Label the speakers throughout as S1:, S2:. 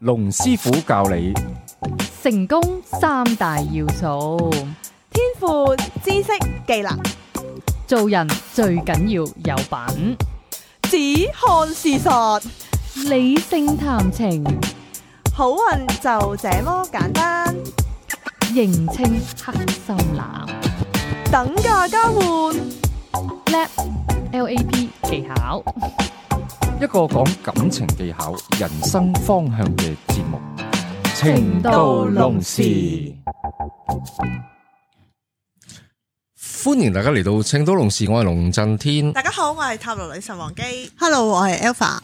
S1: 龍師傅教你
S2: 成功三大要素，
S3: 天賦、知識、技能，
S2: 做人最緊要有品，
S3: 只看事實，
S2: 理性談情，
S3: 好運就這麼簡單。
S2: 認清黑心男
S3: 等價交換，
S2: ，lap L A P 技巧，
S1: 一個講感情技巧、人生方向嘅節目《情到
S2: 到
S1: 濃
S2: 濃
S1: 時
S2: 時》。
S4: 歡迎大家嚟到青島龍時，我係龍震天。
S3: 大家好，我係塔羅女神王姬。
S5: Hello，我係 Alpha。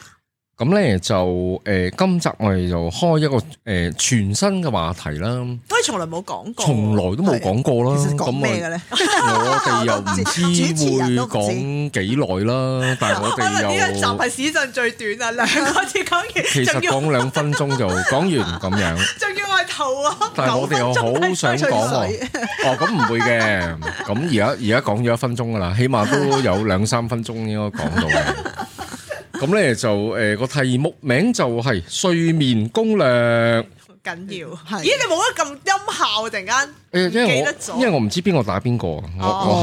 S4: 咁咧就誒、呃今集我哋就開一個誒、呃全新嘅話題啦，
S3: 我係從來冇講過，
S4: 從來都冇講過啦。
S5: 其實講
S4: 咁
S5: 咩嘅咧？
S4: 我哋又唔
S5: 主持人
S4: 知
S5: 都
S4: 會
S5: 唔知
S4: 講幾耐啦，但係我
S3: 可能呢個集
S4: 哋又
S3: 係史上最短啊，兩個字講
S4: 其
S3: 完，
S4: 實
S3: 仲要
S4: 講兩分鐘就講完咁樣。
S3: 仲要係頭啊！
S4: 但係我哋又好想講喎，哦咁唔會嘅，咁而家而家講咗一分鐘噶啦，起碼都有兩三分鐘應該講到嘅。咁咧就誒個、題目名就係睡眠攻略，誒、
S3: 緊要，
S5: 係
S3: 咦？你冇得咁音效啊，突然間
S4: 因為
S3: 記得咗
S4: 我因為我唔知邊個打邊個，我、
S3: 哦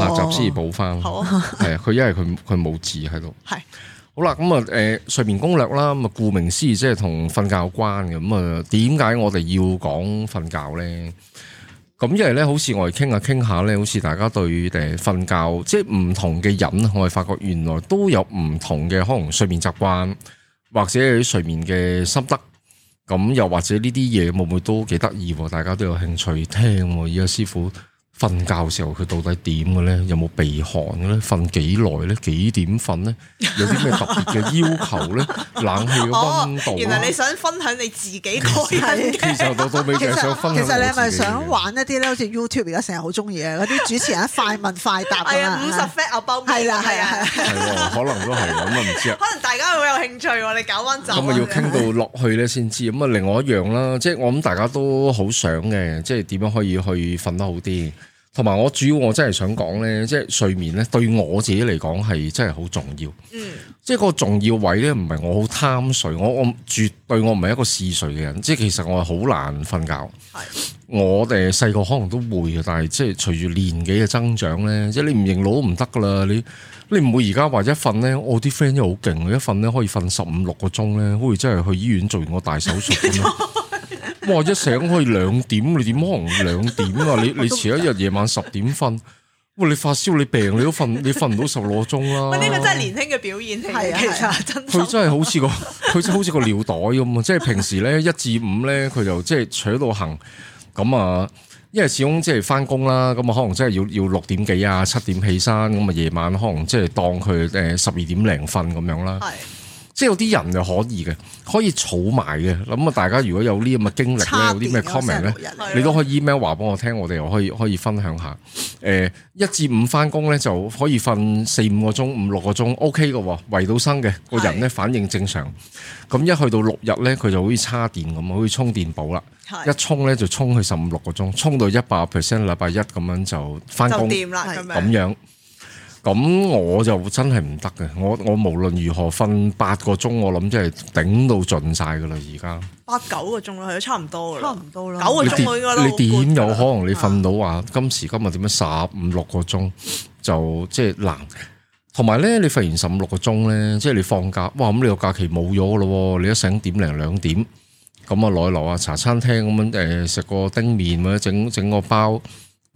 S4: 我下集先至補 翻。
S3: 好 啊，
S4: 係啊，佢因為佢佢冇字喺度。
S3: 係
S4: 好啦，咁啊，誒睡眠攻略啦，咁啊，顧名思義即係同瞓覺有關嘅。咁啊，點解我哋要講瞓覺咧？咁因為咧，好似我哋傾下傾下咧，好似大家對誒瞓覺，即係唔同嘅人，我哋發覺原來都有唔同嘅可能睡眠習慣，或者係啲睡眠嘅心得。咁又或者呢啲嘢會唔會都幾得意喎？大家都有興趣聽喎。而家師傅瞓覺嘅時候，佢到底點嘅咧？有冇鼻鼾嘅咧？瞓幾耐咧？幾點瞓咧？有啲咩特別嘅要求咧？冷氣嘅
S3: 哦
S4: 温，度啊
S3: 原來你
S4: 咧？
S3: 想分享你自己個人
S4: 其實到到尾
S5: 啊其
S4: 就係
S5: 實
S4: 想分
S5: 其
S4: 享
S5: 實你
S4: 我
S5: 係咪
S4: 自己嘅
S5: 想
S4: 嘢
S5: 玩一啲咧？好似 YouTube 而家成日好中意嘅嗰 啲主持人快問快答
S3: 係
S5: 咁
S3: 啊，五十
S5: 啊。
S3: fat 啊，包
S5: 係啦係啦係
S4: 係喎，可能都係咁啊，唔知啊。
S3: 可能大家好有興趣喎，你搞翻走啊。
S4: 咁咪要傾到落去咧先知。咁啊，另外一樣啦，即係我諗大家都好想嘅，即係點樣可以去瞓得好啲。同埋我主要我真係想講咧，即係睡眠咧對我自己嚟講係真係好重要。
S3: 嗯，
S4: 即係個重要位咧，唔係我好貪睡，我我絕對我唔係一個嗜睡嘅人。即係其實我係好難瞓覺。
S3: 係
S4: 我哋細個可能都會嘅，但係即係隨住年紀嘅增長咧，即係你唔認老都唔得噶啦。你你唔會而家話一瞓咧，我啲 friend 又好勁，一瞓咧可以瞓十五六個鐘咧，好似真係去醫院做完個大手術咁樣。 哇！一醒可以兩點，你點可能兩點啊？你你前一日夜晚十點瞓，喂你發燒你病你都瞓你瞓唔到十六個鐘啦。
S3: 喂，呢個真係年輕嘅表現嚟
S5: 係
S3: 嘅，
S5: 啊
S3: 其實真
S4: 佢
S3: 心。
S4: 真係好似個 佢真係好似個尿袋咁啊！即係平時咧一至五咧，佢就即係扯到行咁啊。因為始終即係翻工啦，咁啊可能真係要要六點幾啊七點起身，咁啊夜晚可能即係當佢誒十二點零瞓咁樣啦。
S3: 係
S4: 即係有啲人就可以嘅，可以儲埋嘅。咁啊，大家如果有呢咁嘅經歷
S5: 差
S4: 咧，有啲咩 comment 咧？
S3: 係
S4: 啊
S3: 啊
S4: 你都可以 email 話俾我聽，我哋又可以可以分享下。誒、一至五翻工咧就可以瞓四五個鐘、五六個鐘，OK 嘅喎，圍到生嘅個人咧反應正常。咁一去到六日咧，佢就好似叉電咁，好似充電寶啦，一
S3: 係
S4: 充咧就充去十五六個鐘，充到一百 percent，禮拜一咁樣就翻
S3: 就
S4: 工。
S3: 掂啦，咁
S4: 咁
S3: 樣
S4: 樣。咁我就真係唔得嘅，我我無論如何瞓八個鐘，我諗真係頂到盡晒噶啦！而家
S3: 八九個鐘啦，係差唔多
S5: 差
S3: 啦。
S5: 唔多啦。
S3: 九個
S4: 你
S3: 鐘
S4: 點
S3: 我應該都好
S4: 你點
S3: good
S4: 有
S3: 㗎啦
S4: 可能你瞓到話今時今日點樣十五六個鐘就即係難？同埋咧，你瞓完十五六個鐘咧，即係你放假，哇！咁你個假期冇咗咯喎，你一醒點零兩點，咁啊落去樓下茶餐廳咁樣誒食個丁麵或者整整個包，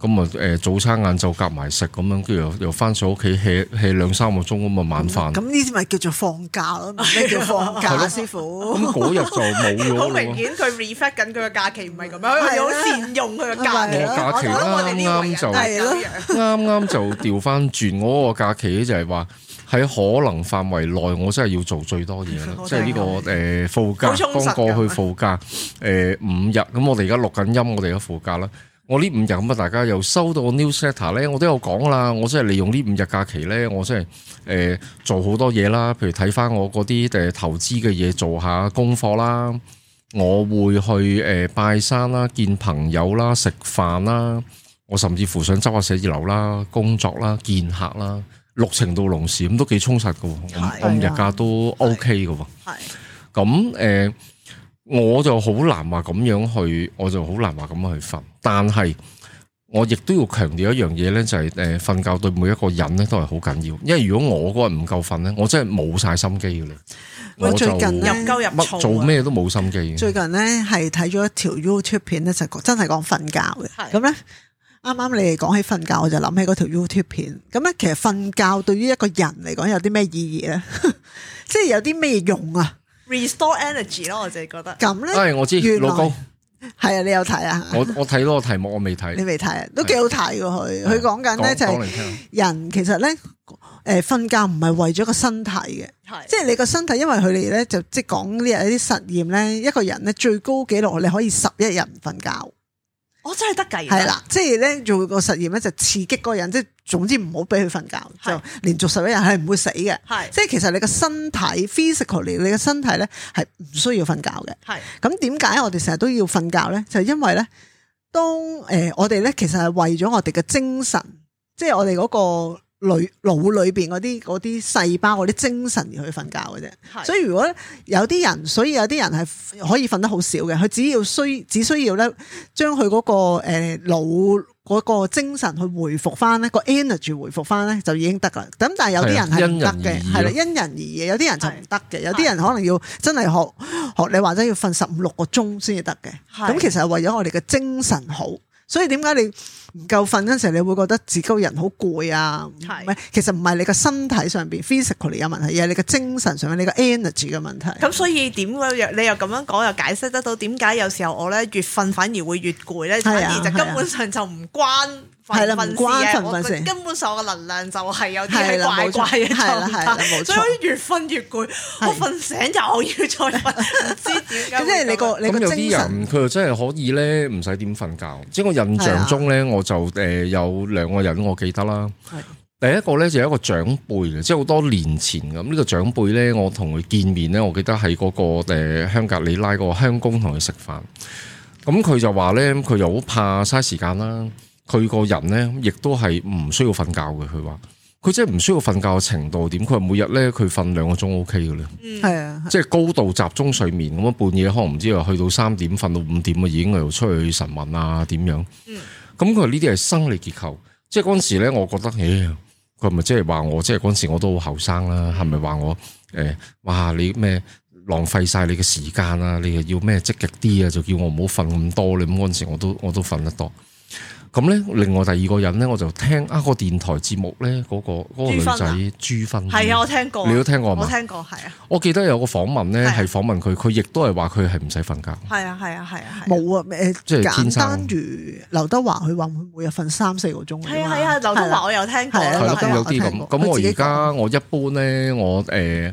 S4: 咁啊誒早餐晏晝夾埋食咁樣，跟住又又翻上屋企 hea hea 兩三個鐘咁啊晚飯，
S5: 咁呢啲咪叫做放假咯？咩叫放假
S4: 係咯
S5: 啊，師傅？
S4: 咁嗰日就冇咗咯
S3: 好明
S4: 喎。
S3: 顯佢 reflect 緊佢嘅假期唔係咁啊樣，佢好善用佢嘅假期。
S4: 我
S5: 係啊
S4: 假期
S3: 我覺得我哋呢
S4: 啱啱
S3: 個人
S4: 就
S3: 係咁樣
S4: 啱啱就調翻轉，我嗰個假期咧就係話喺可能範圍內，我真係要做最多嘢
S3: ，
S4: 啦
S3: 我
S4: 即
S3: 都係
S4: 係呢個誒副假
S3: 好充實㗎
S4: 剛過去副假誒五日，咁我哋而家錄緊音，我哋嘅副假啦。我呢五日咁啊，大家又收到個 newsletter 咧，我都有講啦。我真係利用呢五日假期咧，我真係誒、呃做好多嘢啦，譬如睇翻我嗰啲誒投資嘅嘢，做下功課啦。我會去誒、呃拜山啦，見朋友啦，食飯啦，我甚至乎想執下寫字樓啦，工作啦，見客啦，六程到龍時咁都幾
S5: 啊
S4: 充實嘅喎，我
S3: 係
S4: 我五日假都 OK 嘅喎。
S3: 係
S4: 咁誒、呃我就好難話咁樣去，我就好難話咁樣去瞓。但係我亦都要強調一樣嘢咧，就係誒瞓覺對每一個人咧都係好緊要。因為如果我嗰日唔夠瞓咧，我真係冇晒心機嘅啦。
S5: 喂
S4: 我就
S5: 最近咧
S3: 入鳩入啊
S4: 乜
S3: 醋
S4: 做？咩都冇心機嘅。
S5: 啊最近咧係睇咗一條 YouTube 片咧，就講真係講瞓覺嘅。
S3: 係
S5: 咁咧，啱啱你哋講起瞓覺，我就諗起嗰條 YouTube 片。咁咧，其實瞓覺對於一個人嚟講有啲咩意義咧？ 即係有啲咩用啊？
S3: restore energy 咯，我自己覺得。
S5: 咁
S4: 唉、
S5: 咧
S4: 哎我知
S5: 原來
S4: 老高，
S5: 係啊，你有睇啊？
S4: 我我睇到個題目我未睇
S5: 你，未睇啊？都幾好睇喎佢。佢講緊咧就
S4: 講
S5: 係
S4: 嚟聽下
S5: 人其實咧，誒瞓覺唔係為咗個身體嘅。
S3: 係
S5: 即係你個身體，因為佢哋咧就即係講呢日有啲實驗咧，一個人咧最高紀錄你可以十一日唔瞓覺，
S3: 我真係得計。
S5: 係，啦，即係咧做個實驗咧就刺激嗰個人，即係總之唔好俾佢瞓覺，
S3: 係
S5: 就連續十一日係唔會死嘅。
S3: 係
S5: 即係其實你個身體 physically，你個身體咧係唔需要瞓覺嘅。
S3: 係
S5: 咁點解我哋成日都要瞓覺咧？就係因為咧，當誒、呃我哋咧其實係為咗我哋嘅精神，即係我哋嗰個腦腦裏邊嗰啲嗰啲細胞嗰啲精神而去瞓覺嘅啫。
S3: 係。
S5: 所以如果有啲人，所以有啲人係可以瞓得好少嘅，佢只要需只需要咧，將佢嗰個誒腦嗰個精神去回復翻咧，個 energy 回復翻咧就已經得啦。咁但係有啲人係唔得
S4: 係啊因人而異咯
S5: 嘅，係啦，因人而異。有啲人就唔得嘅，有啲人可能要真係學學你話齋要瞓十五六個鐘先至得嘅。
S3: 係
S5: 咁其實係為咗我哋嘅精神好，所以點解你唔夠瞓嗰陣時候，你會覺得自己個人好攰啊？唔
S3: 係
S5: 係，其實唔係你個身體上邊 physically 有問題，而係你個精神上面你個 energy 嘅問題。
S3: 咁所以點解又你又咁樣講，又解釋得到點解有時候我咧越瞓反而會越攰咧，反
S5: 係啊
S3: 而就根本上就唔關
S5: 係啦
S3: 瞓
S5: 唔關
S3: 事
S5: 瞓
S3: 嘅，
S5: 唔
S3: 我
S5: 瞓事
S3: 根本上我嘅能量就係有啲
S5: 係
S3: 係
S5: 啦
S3: 怪
S5: 冇錯
S3: 怪嘅
S5: 係啦
S3: 狀
S5: 係啦
S3: 態，
S5: 冇錯
S3: 所以越瞓越攰，我瞓醒又要再瞓， 唔知點解會
S5: 咁
S3: 啊
S5: 即係你個你
S4: 咁
S5: 個
S4: 有
S5: 精
S4: 啲
S5: 神
S4: 人佢又真係可以咧，唔使點瞓覺。即係我印象中咧，我就誒、呃有兩個人我記得啦
S5: 啊係。
S4: 第一個咧就有一個長輩嘅，即係好多年前咁。呢、個長輩咧，我同佢見面咧，我記得喺嗰、個、呃、香格里拉個香宮同佢食飯。咁佢就話咧，佢又好怕嘥時間啦。佢個人咧，亦都係唔需要瞓覺嘅。佢話佢真係唔需要瞓覺嘅程度點？佢話每日咧，佢瞓兩個鐘 O K 嘅咧。
S5: 係啊，
S4: 即係高度集中睡眠咁啊，半夜可能唔知話去到三點瞓到五點啊，已經喺度出去晨運啊點樣。
S3: 嗯
S4: 咁佢話呢啲係生理結構，即係嗰陣時咧，我覺得，咦、佢係咪即係話我即係嗰陣時我都好後生
S3: 嗯
S4: 啦，係咪話我誒、哇你咩浪費晒你嘅時間啊？你又要咩積極啲啊？就叫我唔好瞓咁多你咁嗰陣時我都我都瞓得多。咁咧，另外第二個人咧，我就聽啊個電台節目咧，嗰、個嗰、個女
S3: 朱芬啊
S4: 仔朱芬，
S3: 係啊，我聽過，
S4: 你都聽過係嘛
S3: 我聽過，係啊，
S4: 我記得有個訪問咧，
S3: 係啊
S4: 係訪問佢，佢亦都係話佢係唔使瞓覺。
S3: 係啊，係啊，係啊，係啊。
S5: 冇啊，誒
S4: 即係天
S5: 簡
S4: 生
S5: 單如劉德華佢話佢每日瞓三四個鐘㗎啫嘛。
S3: 係啊係啊，劉德華我有聽過，
S5: 係啊
S4: 係
S5: 劉
S4: 咯，
S5: 德
S4: 咁
S5: 華
S4: 有啲
S5: 我聽
S4: 咁。
S5: 過
S4: 咁我
S5: 佢自
S4: 而
S5: 己
S4: 家我一般咧，我誒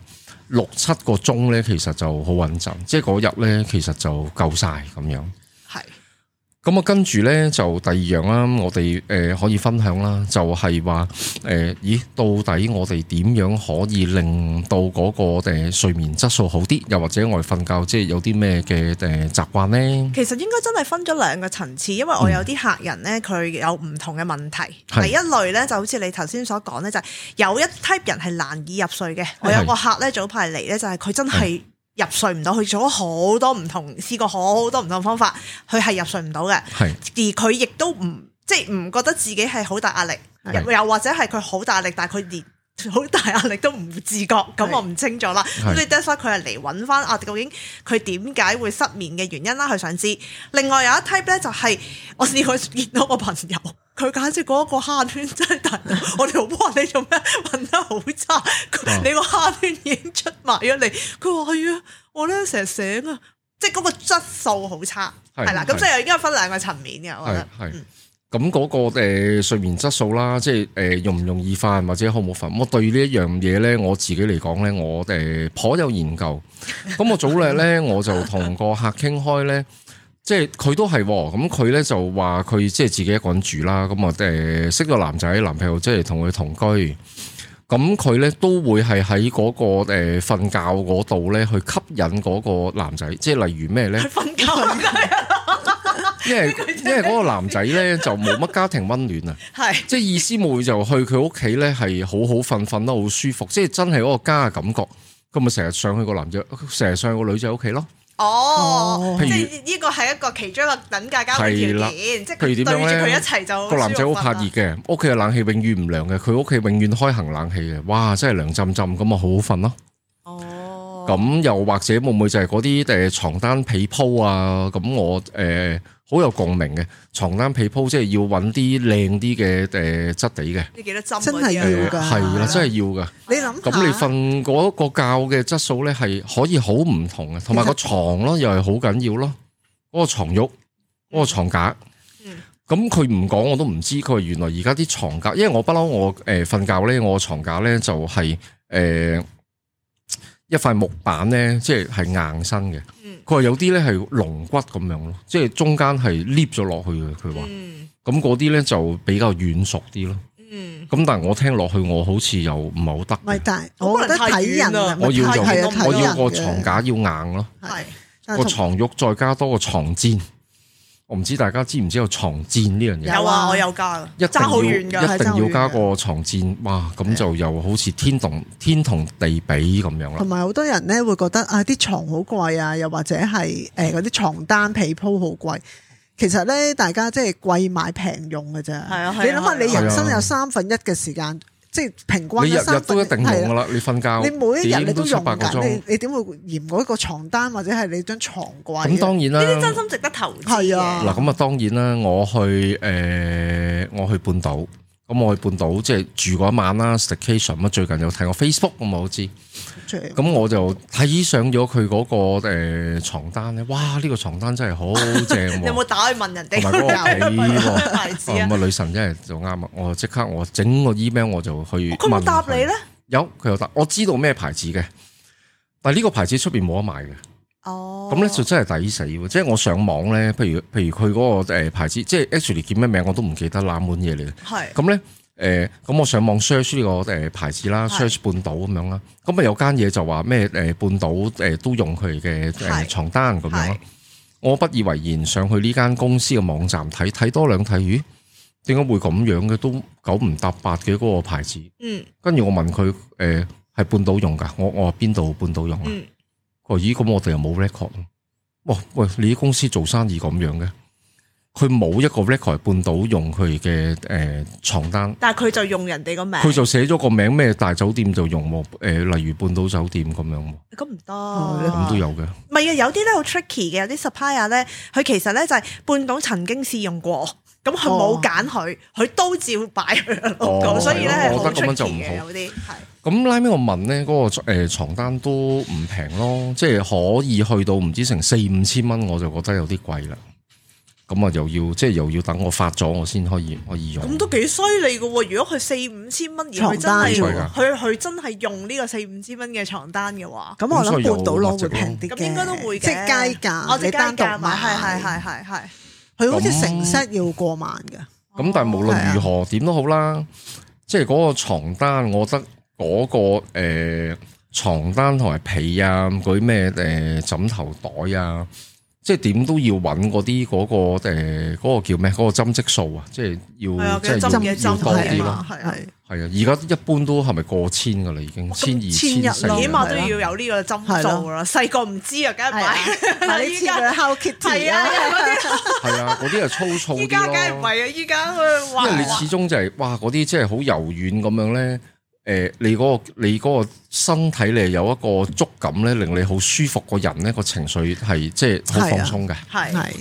S4: 六七個鐘咧，其實就好穩陣，即係嗰日咧，其實就夠晒咁樣。
S5: 係
S4: 咁啊，跟住咧就第二樣啦，我哋誒、呃可以分享啦，就係話誒，咦，到底我哋點樣可以令到嗰、個、呃、睡眠質素好啲，又或者我哋瞓覺即係有啲咩嘅誒習慣咧？
S3: 其實應該真係分咗兩個層次，因為我有啲客人呢，佢有唔同嘅問題。
S4: 係
S3: 第一類呢，就好似你頭先所講呢，就係有一 type 人係難以入睡嘅。我有個客呢，早排嚟呢，就係佢真係入睡唔到，佢做咗好多唔同，試過好多唔同方法，佢係入睡唔到嘅。
S4: 係
S3: 而佢亦都唔即係唔覺得自己係好大壓力，
S4: 係
S3: 又又或者係佢好大壓力，但係佢連好大壓力都唔自覺，咁
S5: 係
S3: 我唔清楚啦。咁所以 that's why 佢係嚟揾翻啊，究竟佢點解會失眠嘅原因啦？佢想知。另外有一 type 咧，就係我試過見到個朋友。佢簡直嗰個蝦圈真係大到，我 哋話哇你做咩瞓得好差？佢你個蝦圈已經出埋咗嚟。佢話係啊，我咧成日醒啊，即係嗰個質素好差，
S4: 係
S3: 係啦。咁
S4: 係
S3: 所以又應該分兩個層面嘅，我覺
S4: 係
S3: 得。
S4: 係。嗯咁嗰、個、呃、睡眠質素啦，即係誒、呃容唔容易瞓或者好唔好瞓，我對呢一樣嘢咧，我自己嚟講咧，我誒、呃、頗有研 究。咁我早兩日咧，我就同個客傾開咧，即係佢都係喎咁佢咧就話佢即係自己一個人住啦，咁啊誒識咗男仔男朋友，即係同佢同居。咁佢咧都會係喺嗰個誒瞓、覺嗰度咧去吸引嗰個男仔，即係例如咩咧
S3: 佢？瞓覺應該
S4: 因為因為嗰個男仔咧就冇乜家庭温暖啊。
S3: 係
S4: 即係意思冇就去佢屋企咧，係好好瞓，瞓得好舒服，即係真係嗰個家嘅感覺。咁咪成日上去個男仔，成日上去個女仔屋企咯。
S3: 哦，
S5: 哦
S3: 即係呢個係一個其中一個等價交換
S4: 係啦
S3: 條件，即係
S4: 譬如
S3: 對
S4: 點
S3: 住
S4: 樣咧
S3: 佢一齊就啊
S4: 個男仔好怕熱
S3: 熱，
S4: 嘅，屋企嘅冷氣永遠唔涼嘅，佢屋企永遠開行冷氣嘅，哇！真係涼浸浸咁啊，好好瞓咯。
S3: 哦，
S4: 咁又或者會唔會就係嗰啲誒床單被鋪啊？咁我誒好有共鳴嘅床單被鋪，即係要揾啲靚啲嘅誒質地嘅，
S3: 你幾多針
S5: 真
S3: 嗰啊啲
S5: 係要
S4: 誒
S5: 㗎
S4: 係啦，真係要㗎。
S5: 你諗
S4: 咁你瞓嗰個覺嘅質素咧係可以好唔同嘅，同埋個床咯又係好緊要咯，嗰、個床褥，嗰、個床架
S3: 嗯。
S4: 咁佢唔講我都唔知，佢話原來而家啲床架，因為我不嬲我誒瞓覺咧，我床架咧就係、誒、一塊木板咧，即係係硬身嘅
S3: 嗯。
S4: 佢話有啲咧係龍骨咁樣咯，即係中間係 lift 咗落去嘅。佢話
S3: 嗯
S4: 咁嗰啲咧就比較軟熟啲咯。
S3: 嗯，
S4: 咁但係我聽落去我好似又唔係好得嘅。
S5: 唔係，但係我覺得睇人啊，
S4: 我要
S5: 睇
S4: 用
S5: 係啊睇
S4: 我要個
S5: 人嘅
S4: 床架要硬咯，
S3: 嗯係
S5: 但係
S4: 個
S5: 啊同
S4: 床褥再加多個床墊。我唔知大家知唔知有床墊呢樣嘢？
S3: 有啊，我有加㗎，
S4: 一定
S3: 爭好遠
S4: 要
S3: 㗎，
S4: 一定要加個床墊，哇！咁就又好似天同天同地比咁樣啦
S5: 同。埋好多人咧會覺得啊啲床好貴啊，又或者係誒嗰啲床單被鋪好貴。其實咧，大家即係貴買平用嘅啫。
S3: 係啊係啊
S5: 你諗下，你人生
S4: 係啊
S5: 有三分一嘅時間，即係平均
S4: 你日
S5: 呢
S4: 日
S5: 三分
S4: 都一定用
S5: 係
S4: 噶
S5: 啊
S4: 啦，你瞓覺
S5: 你每一日你
S4: 點
S5: 都
S4: 七
S5: 用
S4: 八個
S5: 緊，
S4: 鐘
S5: 你。你點會嫌嗰個床單或者係你張床貴？啊
S4: 咁當然
S3: 呢啲
S4: 啦
S3: 真，心值得投資
S5: 係啊
S4: 嗱咁啊當然啦，我去誒我去半島，咁我去半島即係住嗰一晚啦，staycation 咁啊最近有睇我 Facebook 咁我知。
S5: 然
S4: 咁我就睇上咗佢嗰個誒床單咧，哇！呢、個床單真係 好正
S3: 你
S4: 喎，
S3: 有冇打去問人哋
S4: 同 埋嗰個被喎。
S3: 牌子
S4: 哦
S3: 啊
S4: 咁？啊，女神真係就啱啊！我即刻我整個 email 我就去
S3: 哦佢冇
S4: 問
S3: 答你咧？
S4: 有佢有答，我知道咩牌子嘅，但係呢個牌子出邊冇得賣嘅。
S3: 哦，
S4: 咁咧就真係抵死喎！即係我上網咧，譬如譬如佢嗰個誒牌子，即係 actually 叫咩名我都唔記得啦，滿嘢嚟嘅。
S3: 係
S4: 咁咧誒，咁、我上網 search 呢個誒牌子啦
S3: 係
S4: ，search 半島咁樣啦，咁啊有間嘢就話咩誒半島誒都用佢嘅
S3: 係
S4: 誒床單咁樣
S3: 係
S4: 啦。我不以為然，上去呢間公司嘅網站睇睇多兩睇，咦？點解會咁樣嘅？都九唔搭八嘅嗰個牌子。
S3: 嗯
S4: 跟住我問佢誒係半島用㗎，我我話邊度半島用啊？
S3: 嗯
S4: 佢話咦，咁我哋又冇 record 咯。哇喂，你啲公司做生意咁樣嘅，佢冇一個 record 係半島用佢嘅誒床單。
S3: 但係佢就用人哋個名，
S4: 佢就寫咗個名咩大酒店就用喎，誒、例如半島酒店咁樣喎，
S3: 咁唔得，
S4: 咁都有嘅。
S3: 唔係啊，有啲咧好 tricky 嘅，有啲 supplier 咧，佢其實咧就係半島曾經試用過，咁佢冇揀佢，佢都照擺佢嘅 logo，
S4: 哦
S3: 所以咧係好
S4: 我覺得咁樣就
S3: tricky
S4: 唔好
S3: 嘅有啲係
S4: 咁拉尾我問咧，嗰、個誒床單都唔平咯，即係可以去到唔知成四五千蚊，我就覺得有啲貴啦。咁啊，又要即係又要等我發咗我先可以可以用。
S3: 咁都幾犀利嘅喎。如果佢四五千蚊，而佢
S5: 床
S3: 真
S5: 單
S3: 係
S4: 貴㗎
S3: 佢佢真係用呢個四五千蚊嘅床單嘅話，
S5: 咁我
S4: 咁所以
S5: 諗
S4: 有
S5: 半島攞
S4: 物值
S5: 會
S4: 咯
S5: 平啲嘅，
S3: 咁應該都會嘅。
S5: 即係街價，
S3: 我
S5: 你
S3: 哋
S5: 單
S3: 街價
S5: 獨
S3: 買，係係
S5: 買，
S3: 係係係。
S5: 佢好似
S4: 咁
S5: 成 set 要過萬嘅。
S4: 咁但係無
S3: 啊
S4: 論如何點都好啦，即係嗰個床單，我覺得嗰、個、誒床單同埋被啊，嗰啲咩誒枕頭袋啊，即係點都要揾嗰啲嗰個誒嗰、個叫咩？嗰、個針織數啊，即係
S3: 係
S4: 要
S3: 啊，
S4: 即
S3: 嘅
S4: 係
S3: 針
S4: 要
S3: 嘅
S4: 要
S3: 針
S4: 多
S5: 係
S4: 啲
S3: 係
S4: 咯
S3: 啊。，
S5: 係
S3: 係啊
S5: 啊。
S4: 係啊，而家一般都係咪過千噶啦？已
S3: 哦
S4: 經千二
S5: 千一
S4: 千
S5: 啦
S4: 四啦，
S3: 起碼都要有呢個針數啦。細個唔知啊， 梗係
S5: 係啊
S3: 買
S5: 嗱，
S3: 啦。
S5: 你
S3: 依
S5: 知
S3: 家
S5: 佢 Hello Kitty
S3: 係啊，
S4: 係啊，嗰啲係粗糙
S3: 依
S4: 啲
S3: 家梗係唔
S4: 咯。
S3: 係啊，依家佢
S4: 因
S3: 話
S4: 為你始終就係、哇嗰啲即係好柔軟咁樣咧，誒、你嗰、個你嗰個身體你係有一個觸感咧，令你好舒服，個人咧個情緒係即係好放鬆嘅。
S3: 係啊
S5: 係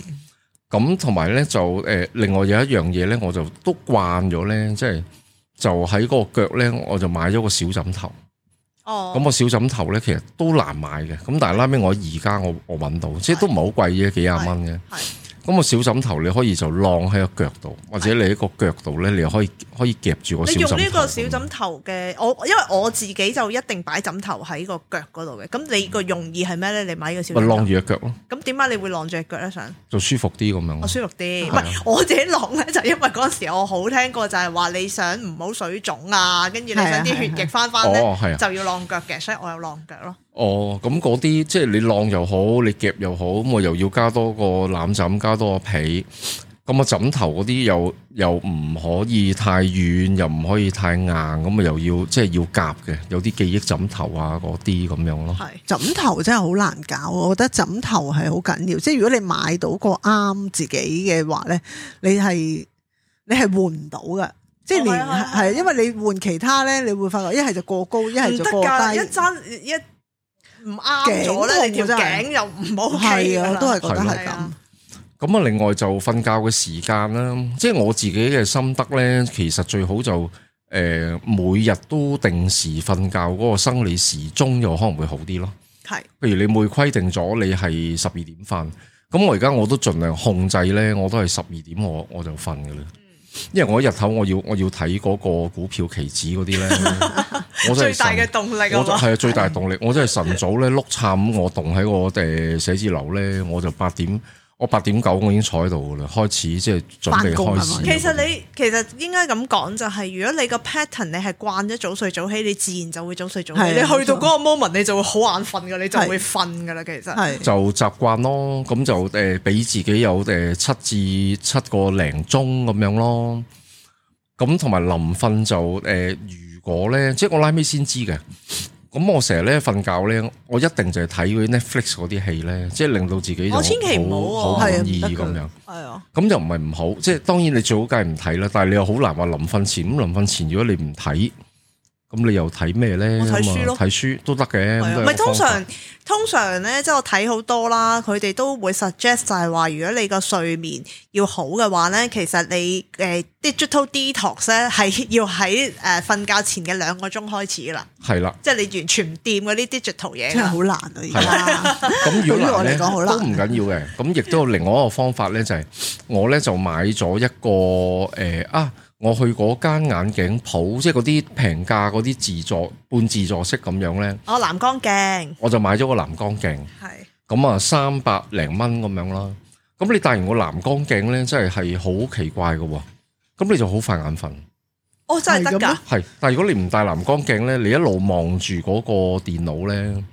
S4: 咁同埋咧就誒、另外有一樣嘢咧，我就都慣咗咧，即係就喺嗰個腳咧，我就買咗個小枕頭。
S3: 哦
S4: 咁個小枕頭咧，其實都難買嘅。咁但係拉尾我而家我我揾到，即係都唔係好貴啫，幾廿蚊嘅。
S3: 係
S4: 咁個小枕頭你可以就晾喺個腳度，或者你喺個腳度咧，你又可以可以夾住個
S3: 你
S4: 小枕
S3: 用
S4: 頭。
S3: 呢個小枕頭嘅，我因為我自己就一定擺枕頭喺個腳嗰度嘅。咁你個用意係咩咧？你買呢個小
S4: 咪
S3: 枕
S4: 晾
S3: 頭，
S4: 住個腳咯，
S3: 咁點解你會晾住隻腳咧？想
S4: 就舒服啲咁樣
S3: 我
S4: 咯。
S3: 哦舒服啲，唔
S4: 係啊
S3: 係我自己晾咧，就因為嗰陣時我好聽過就係話你想唔好水腫啊，跟住你想啲血液翻翻咧
S4: 哦係啊，
S3: 就要晾腳嘅，所以我有晾腳咯。
S4: 哦，咁嗰啲即係你晾又好，你夾又好，咁我又要加多個攬枕，加多個被。咁啊枕頭嗰啲又又唔可以太軟，又唔可以太硬，咁啊又要即係要夾嘅，有啲記憶枕頭啊嗰啲咁樣咯。
S3: 係
S5: 枕頭真係好難搞，我覺得枕頭係好緊要。即係如果你買到個啱自己嘅話咧，你係你係換唔到噶。即係連
S3: 哦係啊係啊
S5: 係因為你換其他咧，你會發覺一係就過高，一係
S3: 唔
S5: 就
S3: 得
S5: 過
S3: 㗎，
S5: 低
S3: 一。爭一唔啱咗
S5: 頸痛
S3: 咧，
S5: 啊
S3: 你條
S5: 真係
S3: 頸又唔好
S5: 係啊，我都係覺得
S4: 係
S5: 係
S3: 係
S5: 咁
S3: 啊。
S4: 咁啊，另外就瞓覺嘅時間啦，即係我自己嘅心得咧，其實最好就诶、呃每日都定時瞓覺嗰個生理時鐘又可能會好啲咯。
S3: 係
S4: 譬如你每規定咗你係十二點瞓，咁我而家我都盡量控制咧，我都係十二點我我就瞓噶啦。
S3: 嗯
S4: 因為我日頭我要我要睇嗰個股票期指嗰啲咧， 我真
S3: 最
S4: 係
S3: 大嘅
S4: 神
S3: 動力啊
S4: 我
S3: 嘛，
S4: 係啊最大動力，我真係晨早咧碌杉咁，我棟喺我誒寫字樓咧，我就八點，我八點九我已經坐喺度噶啦，開始即係準備
S5: 返工
S4: 開
S5: 係嘛
S4: 始。
S3: 其實你其實應該咁講，就係如果你個 pattern 你係慣咗早睡早起，你自然就會早睡早起。
S5: 係啊
S3: 你去到嗰個 moment，你就會好眼瞓噶，你就會瞓噶啦。其實
S5: 係啊
S4: 就習慣咯，咁就誒俾、自己有誒七至七個零鐘咁樣咯。咁同埋臨瞓就誒、如果咧，即係我拉尾先知嘅。咁我成日咧瞓覺咧，我一定就係睇嗰啲 Netflix 嗰啲戲咧，即係令到自己就
S3: 我千祈唔好
S4: 好
S3: 啊
S4: 好
S5: 係啊
S4: 滿
S5: 唔
S4: 意
S5: 得㗎
S4: 咁樣。
S3: 係啊，
S4: 咁又唔係唔好，即係當然你最好梗係唔睇啦。但係你又好難話臨瞓前，咁臨瞓前如果你唔睇，咁你又睇咩咧？
S3: 我睇書
S4: 咁啊
S3: 咯
S4: 睇書都得嘅。
S3: 係
S4: 咁都係
S3: 啊唔
S4: 一個
S3: 係通
S4: 方法
S3: 常通常咧，即係我睇好多啦，佢哋都會 suggest 就係話，如果你個睡眠要好嘅話咧，其實你誒 digital detox 咧係要喺誒瞓覺前嘅兩個鐘開始噶啦，
S4: 係 啦。
S3: 即係你完全唔掂嗰啲 digital 嘢㗎
S5: 真係
S3: 啦。
S5: 好難啊！而家
S4: 咁如果難
S5: 對
S4: 咧
S5: 於我嚟講好難
S4: 都唔緊要嘅，咁亦都有另外一個方法咧，就係、我咧就買咗一個誒、呃啊，我去嗰間眼鏡鋪，即係嗰啲平價嗰啲自助半自助式咁樣咧，
S3: 哦，藍光鏡
S4: 我就買咗個藍光鏡，
S3: 係。
S4: 咁啊三百零蚊咁樣啦。咁你戴完個藍光鏡咧，真係係好奇怪嘅喎，咁你就好快眼瞓。
S3: 哦，真係得
S5: 係咁
S3: 㗎
S5: 咩，
S4: 係，但係如果你唔戴藍光鏡咧，你一路望住嗰個電腦咧，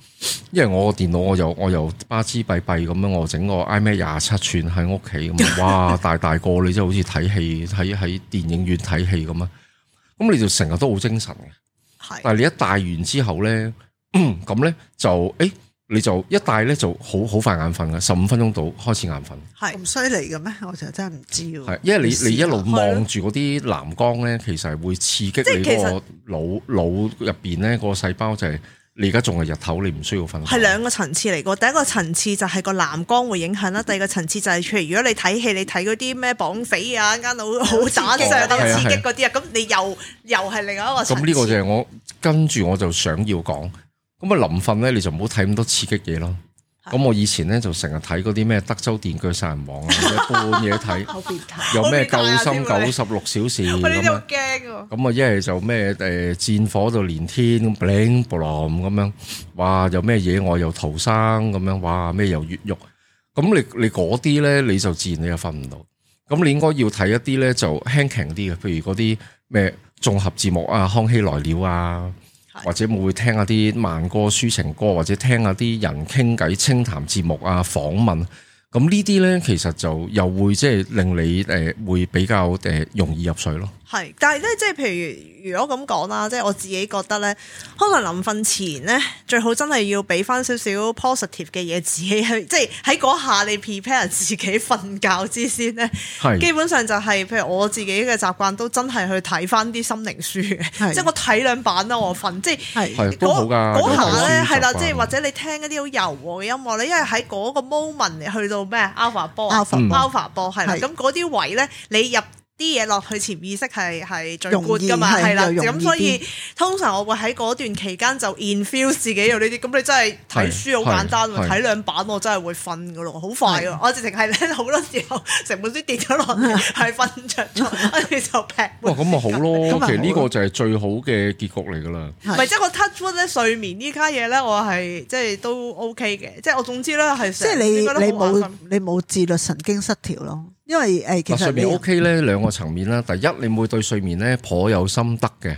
S4: 因為我個電腦我又我又巴支閉閉咁樣，我整個 iMac 廿七寸喺屋企咁，哇大大個你真係好似睇戲睇喺電影院睇戲咁啊！咁你就成日都好精神嘅，
S3: 係
S4: 但係你一戴完之後咧， 咁咧就誒、欸你就一戴咧就好好快眼瞓嘅，十五分鐘到開始眼瞓。
S3: 係
S5: 咁犀利嘅咩？我就真係唔知喎。啊
S4: 係，因為你你一路
S3: 係
S4: 望
S3: 咯
S4: 住嗰啲藍光咧，其實係會刺激你
S3: 即係其
S4: 嗰
S3: 實
S4: 個腦腦入邊咧個細胞就係、你而家仲係日頭，你唔需要瞓。啊
S3: 係兩個層次嚟嘅。第一個層次就係個藍光會影響
S4: 嗯
S3: 啦，第二個層次就係譬如如果你睇戲，你睇嗰啲咩綁 匪啊、間佬好打仗啊、
S4: 係啊
S3: 咁刺激嗰啲啊，咁你又又係另外一個層次。
S4: 咁呢個就係我跟住我就想要講。咁啊，臨瞓咧你就唔好睇咁多刺激嘢咯。咁我以前咧就成日睇嗰啲咩德州電鋸殺人網啊，或者半夜 睇，
S5: 好變態。
S4: 有咩救
S3: 好變態啊
S4: 心
S3: 點會
S4: 九十六小時
S3: 我呢
S4: 咁
S3: 啲
S4: 樣
S3: 好。驚喎。
S4: 咁啊，一係就咩誒戰火到連天咁 bling bling 咁樣，哇！又咩野外又逃生咁樣，哇！咩又越獄，咁你你嗰啲咧你就自然你就瞓唔到。咁你應該要睇一啲咧就輕強啲嘅，譬如嗰啲咩綜合字幕啊、康熙來了啊，
S3: 係
S4: 或者會聽下啲慢歌、抒情歌，或者聽下啲人傾偈、清談節目啊、訪問。咁呢啲咧其實就又會即係令你誒、呃、會比較誒、呃容易入睡咯。
S3: 係，但係咧，即係譬如如果咁講啦，即係我自己覺得咧，可能臨瞓前咧，最好真係要俾翻少少 positive 嘅嘢自己去，即係喺嗰下你 prepare 自己瞓覺之先咧。
S4: 係。
S3: 基本上就係、譬如我自己嘅習慣都真係去睇翻啲心靈書
S5: 係
S3: 嘅，即係我睇兩版啦，我瞓即係。
S5: 係
S4: 係都好啊㗎。
S3: 嗰
S4: 有
S3: 下咧
S4: 睇書
S3: 係啦，
S4: 習慣
S3: 即係或者你聽一啲好柔和嘅音樂咧，因為喺嗰個 moment 你去到咩 alpha 波啊
S5: Alpha
S4: 波
S3: alpha 波係啦，
S5: 係
S3: 咁嗰啲位咧你入啲嘢落去潛意識係係最
S5: 容
S3: good
S5: 易
S3: 噶嘛，
S5: 係
S3: 係啦，
S5: 又容易
S3: 咁所以通常我會喺嗰段期間就 infuse 自己有呢啲，咁你真係睇書好簡單
S4: 係係
S3: 喎，睇兩版我真係會瞓噶咯，好快
S5: 係
S3: 噶，我直情係咧好多時候成本書跌咗落 嚟係瞓着咗，跟住就劈。
S4: 哇，咁咪好咯
S3: 啊
S5: 咁咪好。咯
S4: 其實呢個就係最好嘅結局嚟㗎啦。
S3: 唔係，即係我 touch wood 咧，睡眠呢家嘢咧，我係即係都 OK 嘅，即係我總之咧係
S5: 即係你你冇你冇自律神經失調咯，因為
S3: 啊
S5: 誒、呃其
S4: 嗱，
S5: 實
S4: 睡
S5: 你
S4: 眠 OK 咧，兩個層面啦。第一，你會對睡眠咧頗有心得嘅。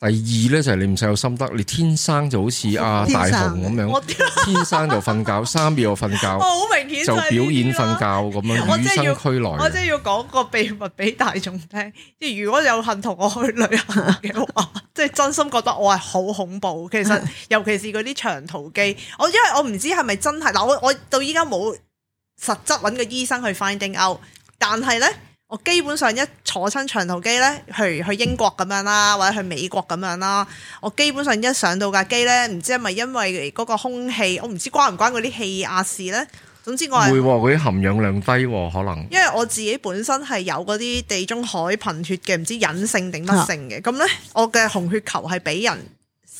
S4: 第二咧就係你唔使有心得，你天生就好似 阿
S5: 天
S4: 大
S5: 生
S4: 雄咁
S3: 我
S4: 樣，天生就瞓 覺，三秒就瞓
S3: 我
S4: 覺，
S3: 哦好明顯
S4: 就
S3: 係呢
S4: 表
S3: 啲
S4: 演
S3: 啦
S4: 瞓覺咁
S3: 啊我
S4: 樣，與
S3: 真係要
S4: 生俱來
S3: 我
S4: 嘅。
S3: 真係要講個秘密俾大眾聽，即係如果有幸同我去旅行嘅話， 即係真心覺得我係好恐怖。其實尤其是嗰啲長途機，我因為我唔知係咪真係嗱，我我到依家冇實質揾個醫生去 finding out，但係呢，我基本上一坐親長途機呢，去去英國咁樣啦，或者去美國咁樣啦，我基本上一上到架機呢，唔知係咪因為嗰個空氣，我唔知關唔關嗰啲氣壓事呢。總之我係
S4: 會喎，嗰啲含氧量低喎，可能
S3: 因為我自己本身係有嗰啲地中海貧血嘅，唔知隱性定
S5: 啊
S3: 乜性嘅，咁呢，我嘅紅血球係比人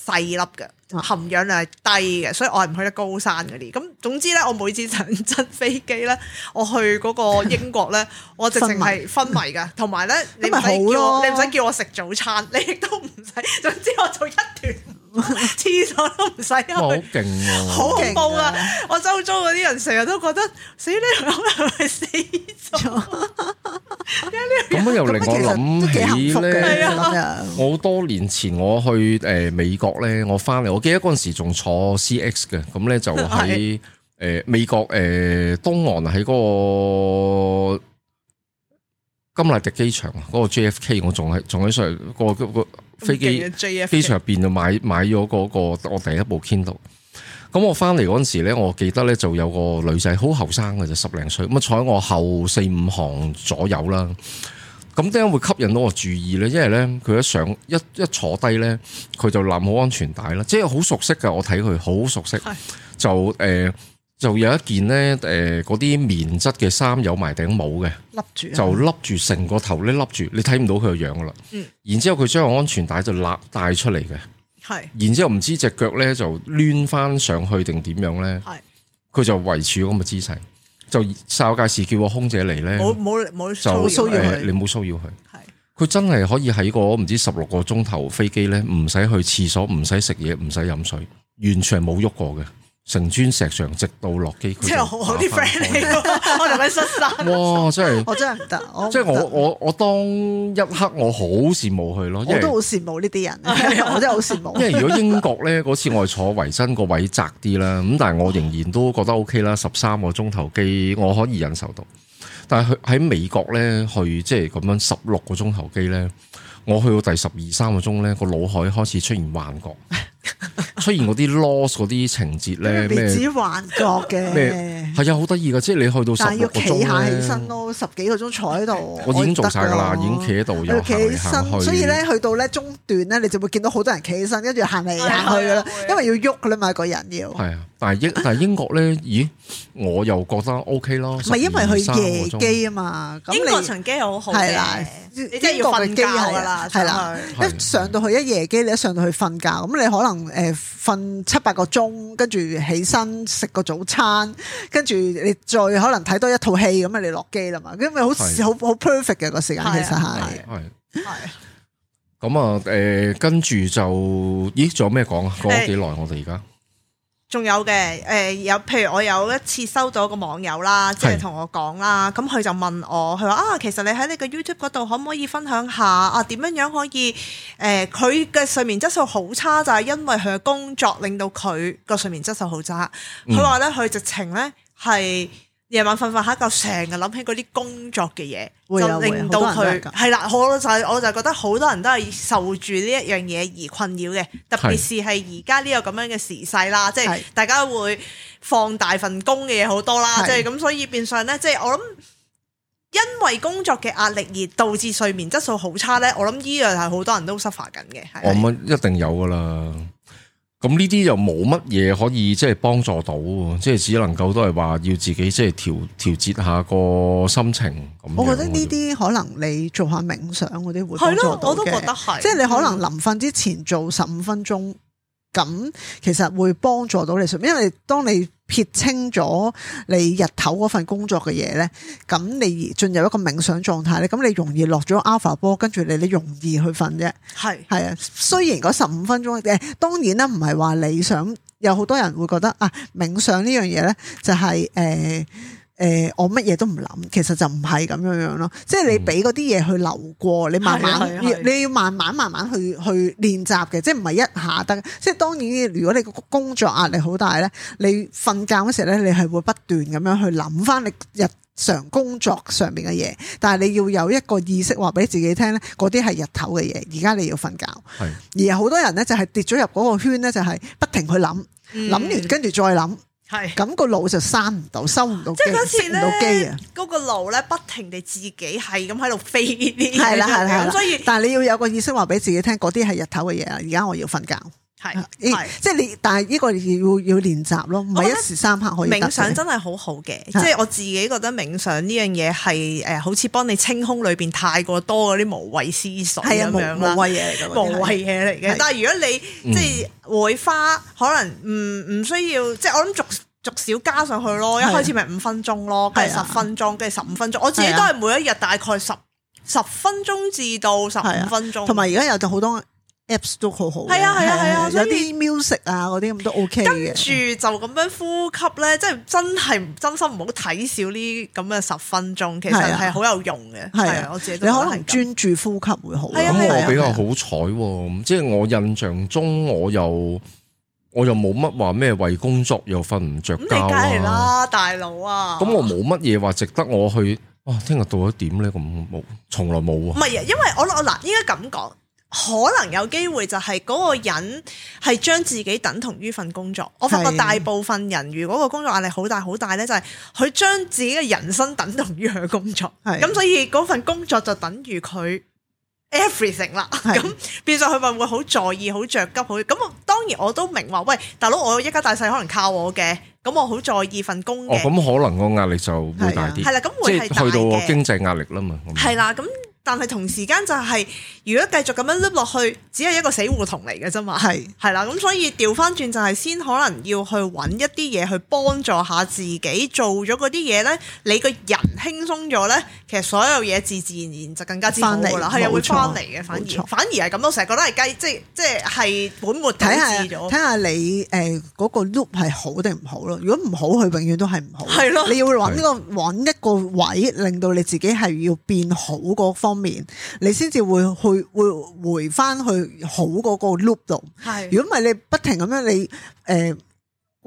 S3: 細粒嘅，
S5: 啊
S3: 含氧量係低嘅，所以我係唔去得高山嗰啲。咁總之呢，我每次上真飛機呢，我去嗰個英國呢， 我直情係昏迷㗎，同 埋呢，你唔
S5: 咁咪好
S3: 使叫我，
S5: 咯
S3: 你唔使叫我食早餐， 你亦都唔使。總之我就一團 廁所都唔使
S4: 哇，好
S3: 去。
S4: 勁喎！
S3: 好恐怖啊
S5: 勁啊！
S3: 我周遭嗰啲人成日都覺得死呢條友係咪死咗？
S4: 咁樣又令我諗起
S3: 係
S4: 咧，
S3: 啊
S5: 啊，
S4: 我好多年前我去誒美國咧，我翻嚟，我記得嗰陣時仲坐 CX 嘅，咁咧就喺誒美國誒東岸啊喺嗰個金麗迪機場啊，嗰個 JFK 我仲喺仲喺上個個個飛機。
S3: J F
S4: 機場入邊就買買咗嗰、個我第一部 Kindle。咁我翻嚟嗰陣時咧，我記得咧就有個女仔好後生嘅啫，十零歲咁啊，坐喺我後四五行左右啦。咁點解會吸引到我注意咧？因為咧佢一上一一坐低咧，佢就攬好安全帶啦，即係好熟悉㗎。我睇佢好熟悉
S3: 係，
S4: 就誒、呃就有一件咧誒嗰啲棉質嘅衫有埋頂帽嘅。
S5: 笠住啊
S4: 就笠住成個頭咧，笠住你睇唔到佢個樣噶啦。
S3: 嗯
S4: 然之後佢將個安全帶就勒帶出嚟嘅，
S3: 係
S4: 然之後唔知只腳咧就攣翻上去定點樣咧，
S3: 係
S4: 佢就維持咁嘅姿勢，就哨界時叫個空姐嚟咧，
S3: 冇冇冇
S4: 嗯就
S3: 騷擾
S5: 騷擾佢
S3: 佢，
S4: 呃你冇騷擾佢。
S3: 係
S4: 佢真係可以喺個唔知十六個鐘頭飛機咧，唔使去廁所，唔使食嘢，唔使飲水，完全係冇喐過嘅，成磚石上，直到落機。佢
S3: 即
S4: 就
S3: 係我啲
S4: 打返
S3: friend 嚟㗎， 我同佢失散。
S4: 開。哇！真係
S5: 我真係唔得，我
S4: 即係
S5: 唔
S4: 我
S5: 得
S4: 我我當一刻我好羨慕佢咯，因
S5: 我都好
S4: 為
S5: 羨慕呢啲人，我真係好羨慕。
S4: 因為如果英國咧嗰次我係坐維珍個位窄啲啦，咁但係我仍然都覺得 O K 啦，十三個鐘頭機我可以忍受到。但係去喺美國咧，去即係咁樣十六個鐘頭機咧，我去到第十二三個鐘咧，個腦海開始出現幻 覺，出現嗰啲 loss 嗰啲情節咧，
S5: 你
S4: 咩
S5: 指幻覺
S4: 咩
S5: 嘅，
S4: 係啊，好得意噶，即係你去到
S5: 但
S4: 十
S5: 係
S4: 六
S5: 要
S4: 個
S5: 企
S4: 鐘
S5: 下起
S4: 咧
S5: 身，咯，十幾個鐘坐喺度，
S4: 我已經做晒㗎啦，
S5: 我
S4: 已經企喺度
S5: 要
S4: 又
S5: 企
S4: 行嚟
S5: 起
S4: 行
S5: 身，
S4: 去。
S5: 所以咧去到咧中段咧，你就會見到好多人企起身，跟住行嚟行去噶啦
S3: 係啊係啊，
S5: 因為要喐噶啦嘛，個人要。
S4: 系啊，但 系英但系英國咧，咦，我又覺得 O K 咯，唔
S5: 唔係因為佢夜機啊嘛，咁
S3: 英國
S5: 你
S3: 場機又好好
S5: 係
S3: 嘅
S5: 啦，
S3: 你真係要瞓覺㗎啦，
S5: 英國嘅機係啦
S3: 上去
S4: 係
S5: 一上到去一夜機，你一上到去瞓覺，咁你可能誒瞓七八個鐘，跟住起身食個早餐，跟住你再可能睇多一套戲，咁啊你落機啦嘛，因為好
S4: 係
S5: 好好 perfect 嘅個時間
S3: 係啊
S5: 其實係
S3: 係
S4: 系
S3: 係
S4: 咁啊，诶，跟住就咦，仲有咩講啊？講咗幾耐我哋而家
S3: 仲有嘅，誒、有譬如我有一次收到一個網友啦，即係
S4: 係
S3: 同我講啦，咁佢就問我，佢話啊，其實你喺你嘅 YouTube 嗰度可唔可以分享下啊點樣樣可以誒佢嘅睡眠質素好差，就係、因為佢嘅工作令到佢個睡眠質素好差。
S4: 嗯
S3: 佢話咧，佢直情咧係夜晚瞓瞓下覺，成日諗起嗰啲工作嘅嘢，
S5: 會啊
S3: 就令到
S5: 會啊好多
S3: 佢
S5: 人都係㗎
S3: 係啦。我就係我就覺得好多人都係受住呢一樣嘢而困擾嘅，特別
S4: 係
S3: 是係而家呢個咁樣嘅時勢啦，即係
S5: 係
S3: 大家會放大份工嘅嘢好多啦，
S5: 係
S3: 即係咁，所以變相咧，即係我諗。因為工作嘅壓力而導致睡眠質素好差咧，我諗呢樣係好多人都 suffer 緊嘅，
S4: 我
S3: 係
S4: 乜一定有噶啦。咁呢啲又冇乜嘢可以即係幫助到喎，即係只能夠都係話要自己即係調調節下個心情咁樣。
S5: 我覺得呢啲可能你做下冥想嗰啲會幫
S3: 係
S5: 助
S3: 咯
S5: 到，
S3: 我都覺
S5: 嘅
S3: 得係，嗯
S5: 即係你可能臨瞓之前做十五分鐘，咁其實會幫助到你睡眠，因為當你撇清咗你日頭嗰份工作嘅嘢咧，咁你進入一個冥想狀態咧，咁你容易落咗 alpha 波，跟住你你容易去瞓啫。
S3: 係
S5: 係啊，雖然嗰十五分鐘誒，當然啦，唔係話你想有好多人會覺得啊，冥想呢樣嘢咧就係誒誒诶、我乜嘢都唔諗，其實就唔係咁樣樣咯。即係你俾嗰啲嘢去流過，你慢慢
S3: 嗯係係啊係
S5: 你要慢慢慢慢去去練習嘅，即係唔係一下得。即係當然，如果你個工作壓力好大咧，你瞓覺嗰時咧，你係會不斷咁樣去諗翻你日常工作上面嘅嘢，但係你要有一個意識話俾自己聽咧，嗰啲係日頭嘅嘢，而家你要瞓覺。
S4: 係
S5: 而好多人咧就係跌咗入嗰個圈咧，就係不停去諗，
S3: 嗯
S5: 諗完跟住再諗，
S3: 系。
S5: 咁個腦就閂唔到，收唔到機，
S3: 即係嗰次
S5: 嗯熄唔到機
S3: 咧
S5: 啊！，
S3: 嗰個腦咧不停地自己係咁喺度飛呢啲嘢
S5: 係啦係啦係
S3: 咁
S5: 啦，
S3: 所以
S5: 但係你要有個意識話俾自己聽，嗰啲係日頭嘅嘢啦，啊而家我要瞓覺。
S3: 係
S5: 呢
S3: 係
S5: 即係你，但係呢個要要練習咯，唔
S3: 我覺
S5: 係
S3: 得
S5: 一時三刻可以得嘅啊
S3: 冥想真係好好嘅，即係
S5: 係
S3: 我自己覺得冥想呢樣嘢係誒，好似幫你清空裏邊太過多嗰啲無謂思緒
S5: 係啊，
S3: 咁
S5: 無
S3: 樣啦
S5: 無。謂嘢嚟㗎，
S3: 無謂嘢嚟嘅
S5: 係。嗯
S3: 但係如果你即係會花，可能唔唔需要，即係我諗逐逐少加上去咯。一
S5: 係啊
S3: 開始咪五分鐘咯，跟住
S5: 係
S3: 十
S5: 啊
S3: 分鐘，跟住十五分鐘。我自己
S5: 係
S3: 都
S5: 啊
S3: 係每一日大概十十分鐘至到十
S5: 係
S3: 五
S5: 啊
S3: 分鐘，
S5: 同埋而家有就好多 apps 都好好嘅，
S3: 係啊係啊係啊
S5: 有
S3: 所以
S5: 啲 music 啊嗰啲咁都 OK
S3: 跟
S5: 嘅，
S3: 住就咁樣呼吸咧，即係真係真心唔好睇少呢咁嘅十分鐘，其
S5: 係
S3: 實
S5: 啊
S3: 係好有用嘅。
S5: 係
S3: 係
S5: 啊
S3: 啊，我自己
S5: 你
S3: 都
S5: 可
S3: 覺得
S5: 能
S3: 係咁
S5: 專注呼吸會好。
S3: 係啊
S4: 咁
S3: 係啊
S4: 我比較好彩喎，即係我印象中我又我又冇乜話咩為工作又瞓唔着
S3: 咁你
S4: 覺
S3: 梗係
S4: 啊，
S3: 啦，大佬啊！
S4: 咁我冇乜嘢話值得我去。哇！聽日到咗點咧？咁冇，從來冇
S3: 唔
S4: 啊。
S3: 係啊，因為我我嗱，應該咁講，可能有機會就係嗰個人係將自己等同於份工作。我發覺
S5: 係
S3: 大部分人如果個工作壓力好大好大咧，就係佢將自己嘅人生等同於佢嘅工作，
S5: 係
S3: 咁所以嗰份工作就等於佢。everything 啦，
S5: 係
S3: 咁變相佢咪會好在意、好着急、好咁。我當然我都明話，喂，大佬，我一家大細可能靠我嘅，咁我好在意份工
S4: 哦，
S3: 嗯嘅，
S4: 咁可能個壓力就會大啲
S3: 係，啦，咁
S4: 即
S3: 會
S4: 係
S3: 係
S4: 去
S3: 大
S4: 到個
S3: 嘅。
S4: 經濟壓力啦嘛。咁
S3: 係啦，咁但係同時間就係、如果繼續咁樣碌落去，只係一個死胡同嚟嘅啫嘛。
S5: 係
S3: 係啦，咁所以調翻轉就係先可能要去揾一啲嘢去幫助下自己，做咗嗰啲嘢呢，你個人輕鬆咗呢，其實所有嘢自自然然就更加之好㗎啦，
S5: 返
S3: 係
S5: 嚟
S3: 啊，
S5: 冇錯
S3: 會翻嚟嘅，反
S5: 冇
S3: 而
S5: 錯
S3: 反而係咁，我成日覺得係雞，即係即係係本末倒
S5: 睇下
S3: 置
S5: 睇
S3: 咗。
S5: 下你誒嗰個 loop 係好定唔好咯。如果唔好，佢永遠都係唔好。
S3: 係咯
S5: 你要揾個揾一個位，令到你自己係要變好嗰方面，你先至會去會回翻去好嗰個 loop 度。
S3: 係
S5: 如果唔係你不停咁樣你誒。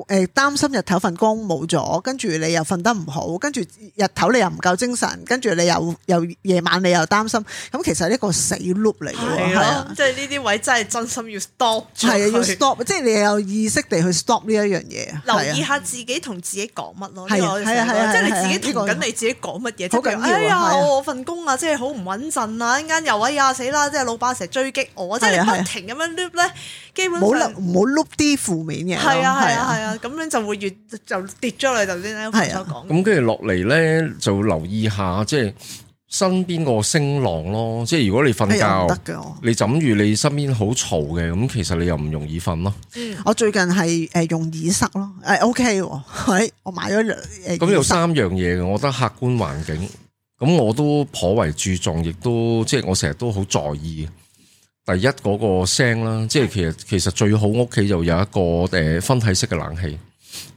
S5: 誒擔心日頭份工冇咗，跟住你又瞓得唔好，跟住日頭你又唔夠精神，跟住你又又夜晚你又擔心，咁其實呢個死 loop 嚟嘅
S3: 係
S5: 喎，係啊
S3: 咯，。即係呢啲位真係真心要 stop 咗
S5: 係啊，要
S3: 佢
S5: stop，即係你有意識地去 stop 呢一樣嘢。係
S3: 留
S5: 啊
S3: 意下自己同自己講乜咯，呢
S5: 係
S3: 個
S5: 啊
S3: 我哋
S5: 係啊
S3: 成日
S5: 係啊
S3: 講即係
S5: 係啊
S3: 你
S5: 係啊
S3: 自己同緊你自己講乜嘢，即
S5: 好
S3: 係譬如
S5: 緊要啊
S3: 哎呀
S5: 係啊
S3: 我份工啊，即係好唔穩陣啊，一間又哎呀死啦，即係老闆成日追擊我，即係
S5: 係啊係
S3: 你
S5: 啊
S3: 不停咁樣 loop 咧，基本
S5: 冇啊
S3: 上
S5: 唔好碌啲負面嘢咯。
S3: 係啊係啊係啊，咁樣就會越就跌咗你頭先 Alvin
S5: 係
S3: 所
S5: 啊
S3: 講嘅。
S4: 咁跟住落嚟咧，就留意下即係身邊個聲浪咯。即係如果你瞓
S5: 哎
S3: 啊
S5: 呀唔
S4: 覺
S5: 得。嘅我。
S4: 你枕住你身邊好嘈嘅，咁其實你又唔容易瞓咯。
S5: 我最近係誒用耳塞咯，誒 OK 喎，係我買咗兩誒
S4: 咁有
S5: 耳塞，
S4: 三樣嘢嘅，我覺得客觀環境，咁我都頗為注重，亦都即係我成日都好在意嘅。第一嗰、個聲啦，即係其實其實最好屋企就有一個誒分體式嘅冷氣，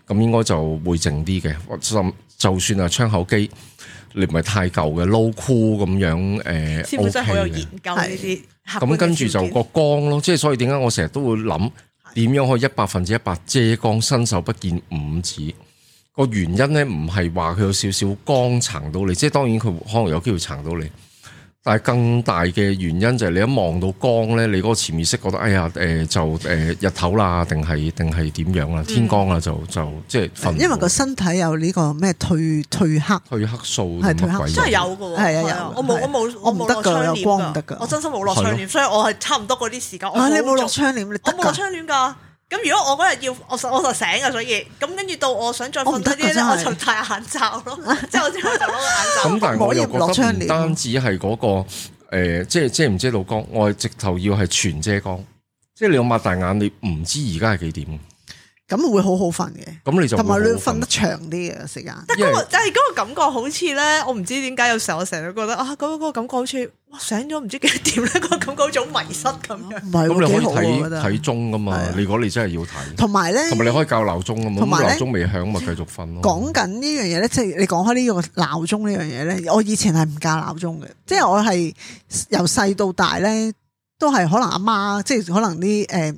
S4: 咁應該就會靜啲嘅。或甚就算係窗口機，你唔係太舊嘅 low cool 咁樣呃誒
S3: 師傅
S4: OK
S3: 真係好有
S4: 嘅
S3: 研。究呢啲客觀嘅
S4: 咁跟住就
S3: 條件
S4: 個光咯，即係所以點解我成日都會諗點樣可以一百分之一百遮光，伸手不見五指。個原因咧唔係話佢有少少光撐到你，即係當然佢可能有機會撐到你，但係更大嘅原因就係你一望到光咧，你嗰個潛意識覺得哎呀誒、就誒、日頭啦，定係定係點樣啦，天光啦就就即係瞓唔到。
S5: 因為個身體有呢個咩退退黑，
S4: 褪黑素
S5: 係
S4: 定
S5: 褪
S4: 乜
S5: 黑
S4: 鬼
S5: 素
S3: 真係
S4: 嘢
S3: 有嘅喎，
S5: 係啊
S3: 係
S5: 有
S3: 我冇
S5: 係
S3: 我冇
S5: 我唔
S3: 冇
S5: 得
S3: 落
S5: 㗎
S3: 窗
S5: 有
S3: 簾
S5: 光
S3: 㗎
S5: 唔得㗎
S3: 我真心冇落窗
S4: 係
S3: 簾，所以我係差唔多嗰啲時間我
S5: 啊你冇
S3: 好
S5: 落
S3: 早
S5: 窗簾，你
S3: 我
S5: 得
S3: 冇落
S5: 㗎，
S3: 窗簾㗎。咁如果我嗰日要我實我就醒啊㗎，所以咁跟住到我想再
S5: 我
S3: 瞓
S5: 哦唔
S3: 多
S5: 得㗎
S3: 啲咧，
S5: 真係
S3: 我就戴眼罩咯。 即係我之後就攞個
S4: 咁
S3: 眼罩。
S4: 但係我又
S5: 啊唔可以唔落
S4: 覺得
S5: 窗
S4: 唔
S5: 簾
S4: 單止係嗰、個呃即係遮唔遮到光，我係直頭要係全遮光，即係你要擘大眼，你唔知而家係幾點。
S5: 咁會好好瞓嘅，
S4: 咁你就會
S5: 同埋你
S4: 好
S5: 會
S4: 好
S5: 瞓得長啲嘅時間。
S4: 因為
S3: 不過就係嗰個感覺好似咧，我唔知點解有時候我成日都覺得啊，嗰、嗰個感覺好似哇醒咗唔知幾多點咧，嗰個感覺好似好迷失咁樣。
S5: 唔
S4: 咁
S5: 係喎，
S4: 你
S5: 幾
S4: 可以
S5: 好啊喎我覺
S4: 睇
S5: 得。
S4: 睇鐘噶嘛
S5: 係啊？
S4: 你如果你真係要睇，
S5: 同埋咧，
S4: 同埋你可以校鬧鐘噶嘛？
S5: 同埋
S4: 咁
S5: 呢
S4: 鬧鐘未響咪繼續瞓咯。
S5: 講緊呢樣嘢咧，即係你講開呢個鬧鐘呢樣嘢咧，我以前係唔教鬧鐘嘅，即係我係由細到大咧，都係可能阿媽，即係可能啲誒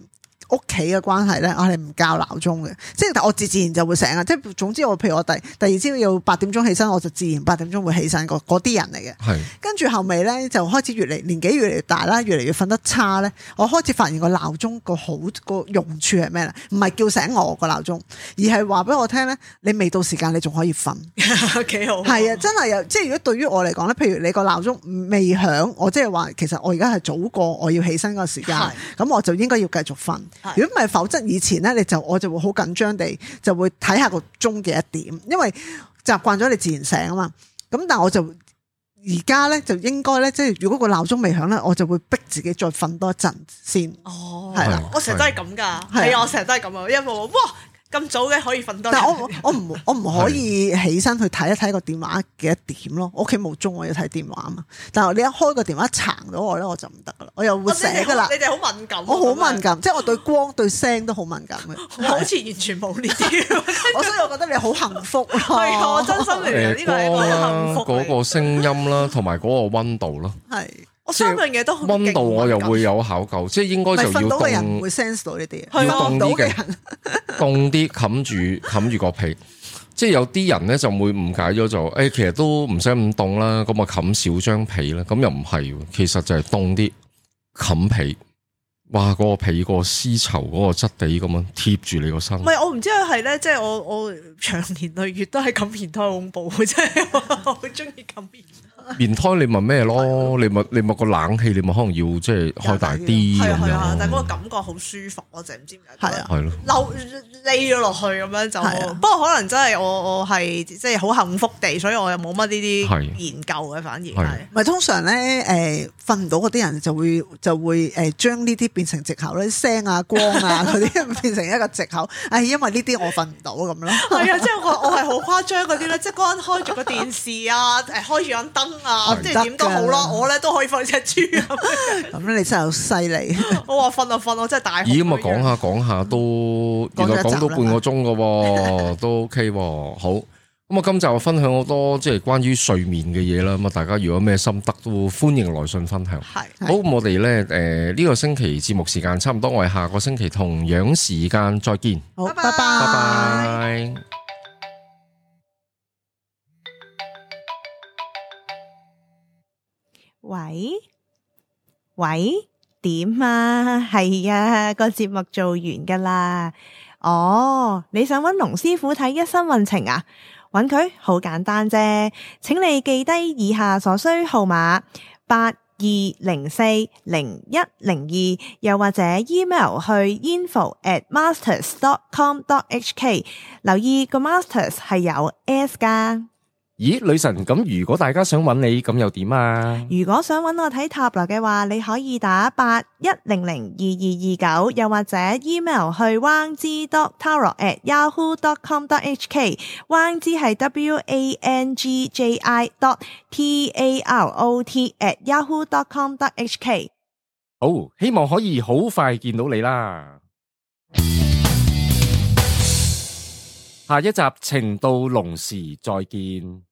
S5: 屋企嘅關係咧，我係唔教鬧鐘嘅，即係但我自自然就會醒啊！即係總之我譬如我第第二朝要八點鐘起身，我就自然八點鐘會起身嗰嗰啲人嚟嘅。
S4: 係
S5: 跟住後尾咧就開始越嚟年紀越嚟越大啦，越嚟越瞓得差咧，我開始發現個鬧鐘個好個用處係咩咧？唔係叫醒我個鬧鐘，而係話俾我聽咧，你未到時間你仲可以瞓。
S3: 幾好。
S5: 係啊，真係有即係如果對於我嚟講咧，譬如你個鬧鐘未響，我即係話其實我而家係早過我要起身嗰個時間
S3: 係，
S5: 咁我就應該要繼續瞓。
S3: 係
S5: 如果唔係，否則以前咧你就我就會好緊張地就會睇下個鐘幾一點，因為習慣咗你自然醒啊嘛。咁但係我就而家咧就應該咧，即係如果個鬧鐘未響咧，我就會逼自己再瞓多一陣先。
S3: 哦，
S5: 係
S4: 啦
S3: 我成日都係咁㗎，
S5: 係
S3: 係
S5: 啊
S3: 啊，我成日都係咁啊，因為我哇咁早嘅可以瞓多啲。
S5: 但我我唔 我唔可以起身去睇一睇個電話幾多點咯，我屋企冇鐘，我要睇電話嘛。但係你一開個電話撐到我咧，我就唔得噶啦，我又會
S3: 我知
S5: 醒
S3: 你好
S5: 噶啦
S3: 你。哋好敏感啊，咁樣
S5: 我哦好敏，感，即係我對光對聲都好敏感嘅。
S3: 我好似完全冇呢 啲。
S5: 我所以我覺得你好幸福 咯。
S3: 係啊，我真心
S4: 誒
S3: 嚟嘅，呢個係一
S4: 光
S3: 個
S4: 呃啦
S3: 幸，福嚟
S4: 嗰個聲音啦，同埋嗰個温度啦。
S5: 係
S3: 我三樣嘢都 好勁啊
S4: 温度我又會有考究，即係應該
S5: 咪
S4: 就要
S5: 瞓到嘅人唔會
S4: 凍
S5: sense 到呢啲嘢，啊
S4: 要凍
S5: 瞓到
S4: 啲
S5: 嘅
S4: 嘅
S5: 人
S4: 凍啲，冚住冚住個被。即係有啲人咧就會誤解咗就，誒、哎其實都唔使咁凍啦，咁啊冚少張被啦，咁又唔係喎，其實就係凍啲冚被，哇！嗰、個被個絲綢嗰個質地咁樣貼住你個身
S3: 唔，係，我唔知啊佢係咧，即係我我長年累月都係咁棉胎，好恐怖，真係我好中意咁棉胎。
S4: 棉胎你咪咩咯？你咪你咪個冷氣你咪可能要即係開大啲
S3: 係
S4: 咁
S3: 啊係啊，但係嗰個
S4: 樣，
S3: 感覺好舒服，我就唔知點解。
S5: 係啊，
S4: 係咯。
S3: 漏匿咗落去咁樣
S5: 係
S3: 就
S5: 啊，
S3: 不過可能真係我我係即係好幸福地，所以我又冇乜呢
S4: 係
S3: 啲研究嘅，反而
S4: 係
S3: 係。
S5: 咪通常咧，誒瞓唔到嗰啲人就會就會誒將呢啲變成藉口咧，啲聲啊、光啊嗰啲 變成一個藉口。誒，因為呢啲我瞓唔到咁咯。
S3: 係啊，即係我我係好誇張嗰啲咧，即係嗰陣開住個電視啊， 誒開住盞燈啊，
S4: 哦
S5: 係
S3: 即係點都好
S5: 得
S3: 啦，
S5: 㗎
S3: 我咧都可以瞓只豬咁。
S5: 咁你真係好犀利，
S3: 我話瞓就瞓，我真係大。
S4: 咦咁啊，講下講下都
S5: 嗯講咗
S4: 原
S5: 一集
S4: 來講到半個鐘噶 喎，都 OK 喎。好，咁啊，今集我分享好多即係關於睡眠嘅嘢啦。咁啊，大家如果咩心得都歡迎來信分享。
S3: 係
S5: 係
S4: 好，咁我哋咧誒呢個星期節目時間差唔多，我哋下個星期同樣時間再見，
S5: 好，
S3: 拜拜
S5: 拜
S4: 拜
S5: 拜。
S4: 拜。
S6: 喂喂，點啊？係啊，個節目做完噶啦。哦，你想揾龍師傅睇一生運程啊？揾佢好簡單啫，請你記低以下所需號碼八。二零四零一零二，又或者 email 去 info at masters dot com dot hk，留意個 masters 係有 s 噶。
S1: 咦，女神，咁如果大家想揾你，咁又點啊？
S6: 如果想揾我睇塔羅嘅話，你可以打八一零零二二二九，又或者 email 去 wang z dot tarot at yahoo dot com dot hk。wang z 係 w a n g j i dot t a r o t at yahoo dot com dot hk。
S1: 好，希望可以好快見到你啦。下一集情到濃時再見。